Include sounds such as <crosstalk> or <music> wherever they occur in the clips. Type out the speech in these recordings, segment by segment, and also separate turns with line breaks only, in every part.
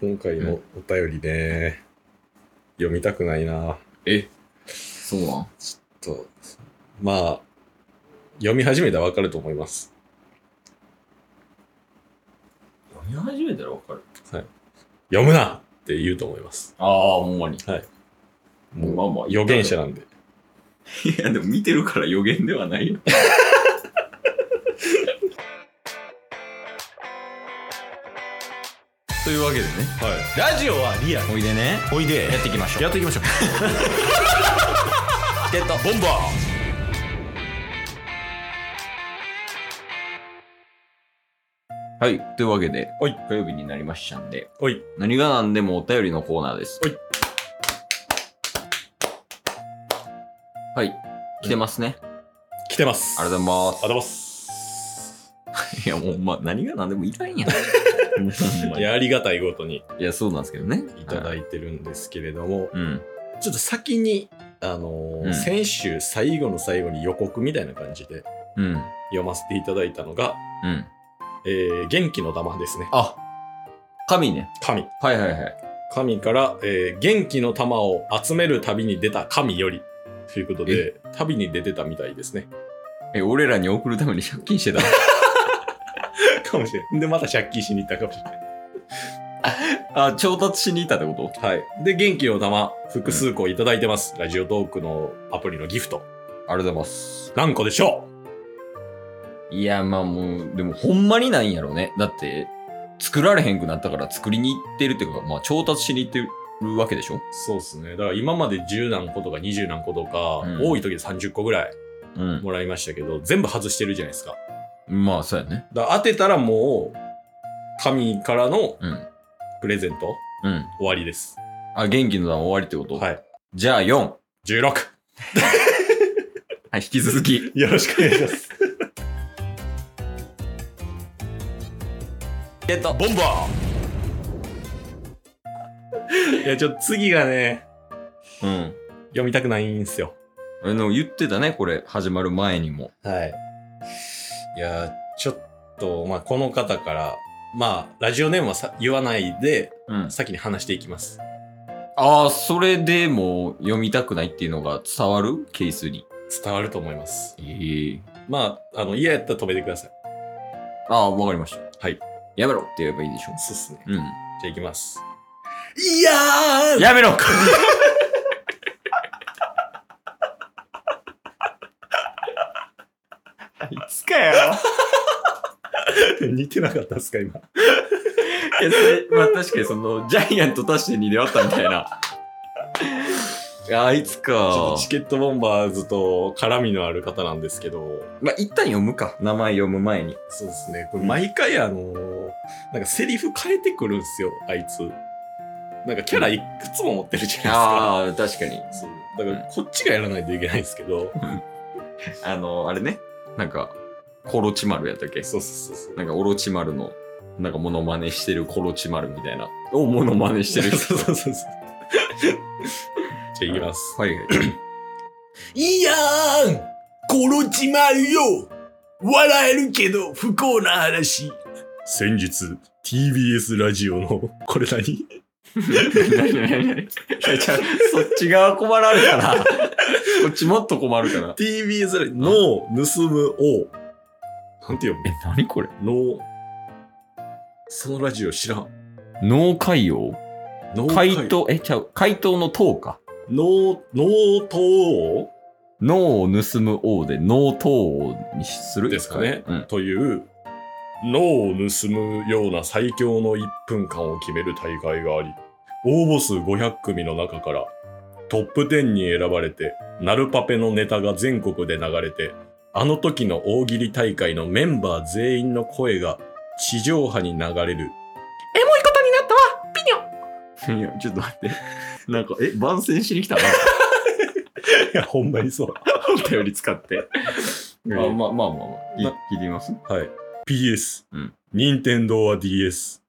今回のお便りね、読みたくないな。
えそうなん
と、まあ、読み始めたらわかると思います。
飲み始めたらわかる。
読むなって言うと思います。
ああ、ほんまに。
もう、
まあまあ
予言者なんで。
いや、でも見てるから予言ではない <laughs> よ。というわけでね、
はい。
ラジオはリアル。
おいでね、
おいで。
やっていきましょう。
やってい
<laughs>
きましょう。
ってた。
ボンバー
はい、というわけで、
おい
火曜日になりましたんで、
おい、
何が何でもお便りのコーナーです。
おい
はい、来てますね。
来てます。
ありがとう
う
ございます。
ございます。
いや、もう、まあ、何が何でもいらん <laughs> やん。
いや、ありがたいごとに
いや、そうなんですけどね。
いただ
い
いてるんですけれども、
うん。
ちょっと先に、あのー
うん
先週最後の最後に予告みたいな感じで
うん。
読ませていただいたのが、
うん。
えー元気の玉ですね。
あ、神ね。
神。
はいはいはい。
神から、えー元気の玉を集める旅に出た神より。ということで、旅に出てたみたいですね。
え、俺らに送るために借金してた。
<laughs> かもしれない。で、また借金しに行ったかもしれない。
<laughs> あ、調達しに行ったってこ
はい。で、元気の玉、複数個いただいてます。ラジオトークのアプリのギフト。
とありがとうございます。
何個でしょ
いや、まあもう、でもほんまにないんやろね。だって、作られへんくなったから作りに行ってるってことか、まあ調達しに行ってるわけでしょ
うそうですね。だから今まで10何個とか20何個とか、
うん
多い時で30個ぐらい
うん。
もらいましたけど、全部外してるじゃないですか。
まあ、そうやね。
だから当てたらもう、神からの
うん。
プレゼント
うん。
終わりです。
あ、元気の段終わりってこと。
はいい。
じゃあ4。は
16。
い、引き続き。
よろしくお願いします。
えっと、
ボンバ
いや、ちょっと次がね、
うん。
読みたくないんですよ。
あの、言ってたね、これ、始まる前にも。
はい。いや、ちょっと、まあ、この方から、まあ、ラジオネームはさ言わないで、
うん。
先に話していきます。
ああ、それでも読みたくないっていうのが伝わるケースに。
伝わると思います。
ええ
まあ、あの、嫌やったら止めてください。
ああ、わかりました。
はい。
やめろって言えばいいでしょ。
そうっすね。
うん。
じゃあ、いきます。いやー
やめろいつかよ。
<laughs> 似てなかったっすか、今。
いや、それ、まあ確かにその、ジャイアント足して2で割ったみたいな。いやあいつ
ちょ
か
っと。チケットボンバーズと絡みのある方なんですけど、
まあ一旦読むか。名前読む前に。
そうですね。これ毎回あのなんかセリフ変えてくるんすよ、あいつ。なんかキャラいくつも持ってるじゃな
ああ、確かに。
いですか。そうだからこっちがやらないといけないんですけど。
あの、あれね。なんか、コロチマルやったっけ
そうそうそうそう。
なんかオロチマルの、なんかモノマネしてるコロチマルみたいな。をモノマネしてる
そうそうそうそう。じゃあ行きます。
はいはい。
いやーん殺ちまうよ笑えるけど不幸な話先日 TBS ラジオのこれ何
何何何いやちゃうそっち側困られた <laughs> な。こっちもっと困るから。
TBS ラジオの盗む王なんて読む
え、何これ
のそのラジオ知らん
脳海洋
脳
回答、え、ちゃう。回答の塔か。
脳脳刀王
脳を盗む王で脳塔王にする
ですかね
うん。
という脳を盗むような最強の1分間を決める大会があり応募数500組の中からトップ10に選ばれてナルパペのネタが全国で流れてあの時の大喜利大会のメンバー全員の声が地上波に流れる
エモいことになったわピニョンいや、ちょっと待って。なんか、え、番宣しに <laughs> 来たな。
いやほんまにそう
お便り使って。あまあまあまあまあ。い
な
聞いてみます
はい PS
うん
任天堂は DS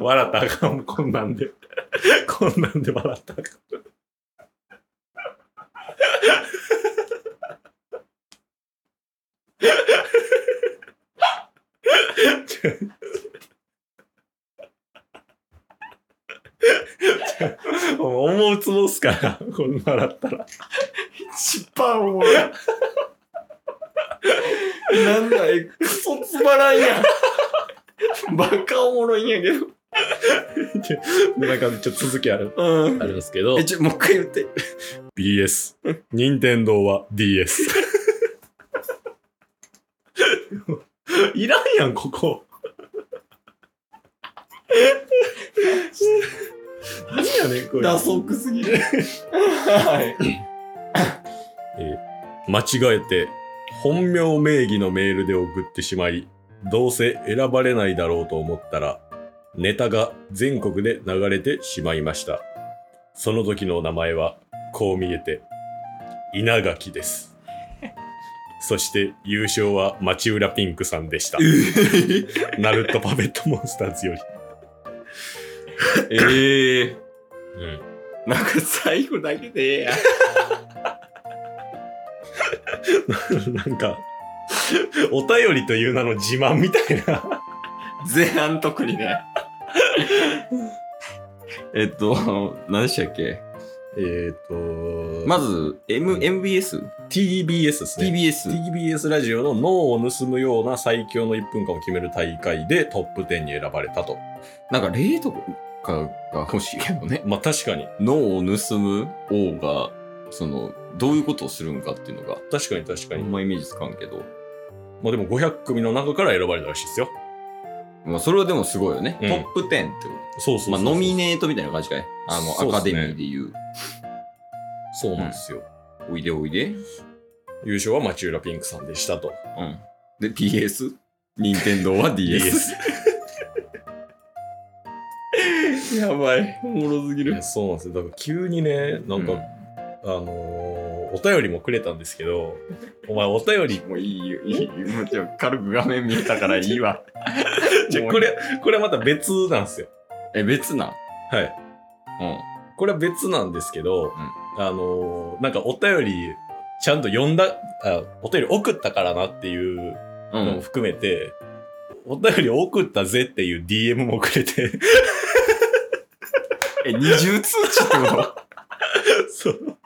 笑ったらあかんこんなんでこんなんで笑ったらあかん思うつぼっすから、こんなだったら。
一番おもろい。 <laughs> なんだ、え、クソつまらん <laughs> やん。バカおもろいんやけど。
で、なんかちょっと続きある、
うん
あ。りますけど
え、、ちょ、もう一回言って。
BS。任天堂は DS。いらんやん、ここ。何やねん、これ。
打足すぎる。 <laughs> はい。
間違えて本名名義のメールで送ってしまいどうせ選ばれないだろうと思ったらネタが全国で流れてしまいましたその時の名前はこう見えて稲垣です <laughs> そして優勝は町浦ピンクさんでしたナルトパペットモンスターズより、
ええ
うん、
なんか最後だけでええやん。
<laughs> なんかお便りという名の自慢みたいな
前半特にね。 <laughs> えっと、何でしたっけ
<laughs> えっと
まず、M、MBS?TBS?
TBS ですね TBS ラジオの脳を盗むような最強の1分間を決める大会でトップ10に選ばれたと。
なんか例とかが欲しいけどね。
まあ確かに、
<laughs> 脳を盗む王が、その、どういうことをするんかっていうのが、
確かに確か
あ
に。
んまイメージつかんけど。
まあでも500組の中から選ばれたらしいですよ。
まあ、それはでもすごいよね。
うん
トップ10ってこ
そうそうそう
と。ま
そ
あ、
う。
ノミネートみたいな感じかい。あの、
そうっ
アカ
すね
デミーで言う、
そうなんですよ。
おいでおいで。うん。
優勝は町浦ピンクさんでしたと。
で、PS? 任天堂は DS。や <laughs> ばい。おもろすぎ
いや。そうなんですよ。だから急にね、なんか、
う
あ
ん
のーお便りもくれたんですけ <laughs> ど、お前お便り、。
もういいよ、いいよ。もうちょっと軽く画面見えたからいい <laughs> わ
<laughs> じゃこれ、これまた別なんですよ。
え、別なん。
はい。
うん。
これは別なんですけど、あのーなんかお便りちゃんと読んだあお便り送ったからなっていう
う
のも
ん。
含めて、お便り送ったぜっていう DM もくれて <laughs>
え、二重通知ってこ
そう
と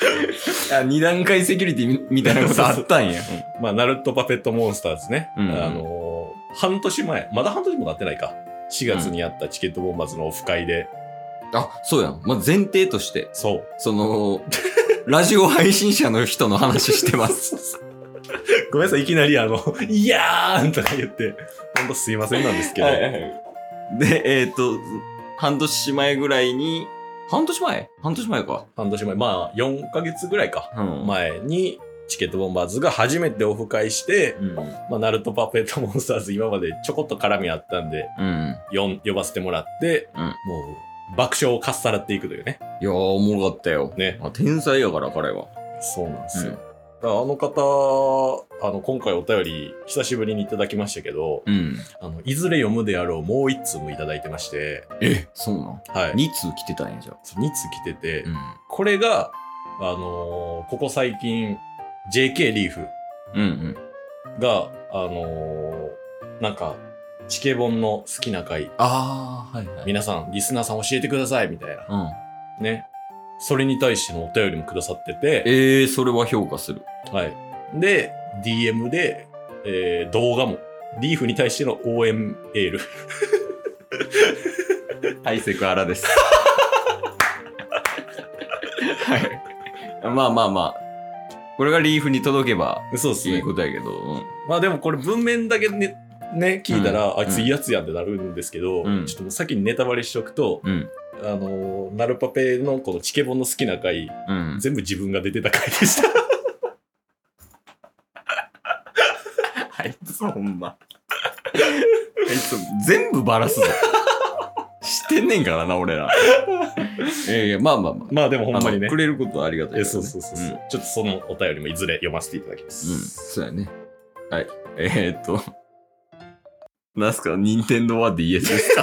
<laughs> あ、二段階セキュリティみみたいなことあったんや。
まあナルトパペットモンスターズね、
うん
あのー半年前まだ半年も経ってないか4月にあったチケットボンバーズのオフ会で、
あ、そうやん。まあ、前提として、
そう
その、ラジオ配信者の人の話してます。
す <laughs> ごめんなさいいきなりあの <laughs> 「いやーん!」とか言ってほんとすいませんなん
<laughs>
ですけど、
で、えっ、と、半年前ぐらいに、半年前半年前か。
半年前まあ4ヶ月ぐらいか
うん前。
前にチケットボンバーズが初めてオフ会して、
うん。
まあ、ナルトパペットモンスターズ今までちょこっと絡みあったんで、
うん。
よん呼ばせてもらって、
うん
もう爆笑をかっさらっていくというね。
いやー、おもろかったよ。
ね。
まあ、天才やから、彼は。
そうなんで
う
すよ。
ん。
だからあの方、あの、今回お便り久しぶりにいただきましたけど、
うん。
あの、いずれ読むであろうもう一通もいただいてまして、
えそうなん
はい。
二通来てたんや、じゃ
2通来てて、
あ。ん。
これが、あのーここ最近、JK リーフ
うん
が、あのーなんか、チケボンの好きな回、
ああ、はいはい。
皆さん、リスナーさん教えてください、みたいな。
うん。
ね。それに対してのお便りもくださってて、
ええー、それは評価する。
はい。で、DM で、えー動画も、リーフに対しての応援エール。 <laughs>
はい、セクハラです。はい。まあまあまあ。これがリーフに届けば
そうです
いい
ね。
ことやけど。うん
まあでもこれ文面だけね、ね、聞いたら、
うん
あいついいやつやんってなるんですけど、
うん
ちょっともう先にネタバレしておくと、
うん。
あのーナルパペのこのチケボンの好きな回、
うん。
全部自分が出てた回でした。 <laughs>
あいつほんま。あいつ全部バラすぞ。知ってんねんからな、俺ら。
<laughs>
いやいや、まあまあまあ。
まあでもほんまに
あ
ね
のく。れることはありがたいから
え
ね。
そうそうそうそう、
ん
ちょっとそのお便りもいずれ読ませていただきま
うん、
す。
そうやね。はい。 <laughs> えー、っと、なんすか、任天堂 <laughs> は DS ですか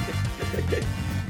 す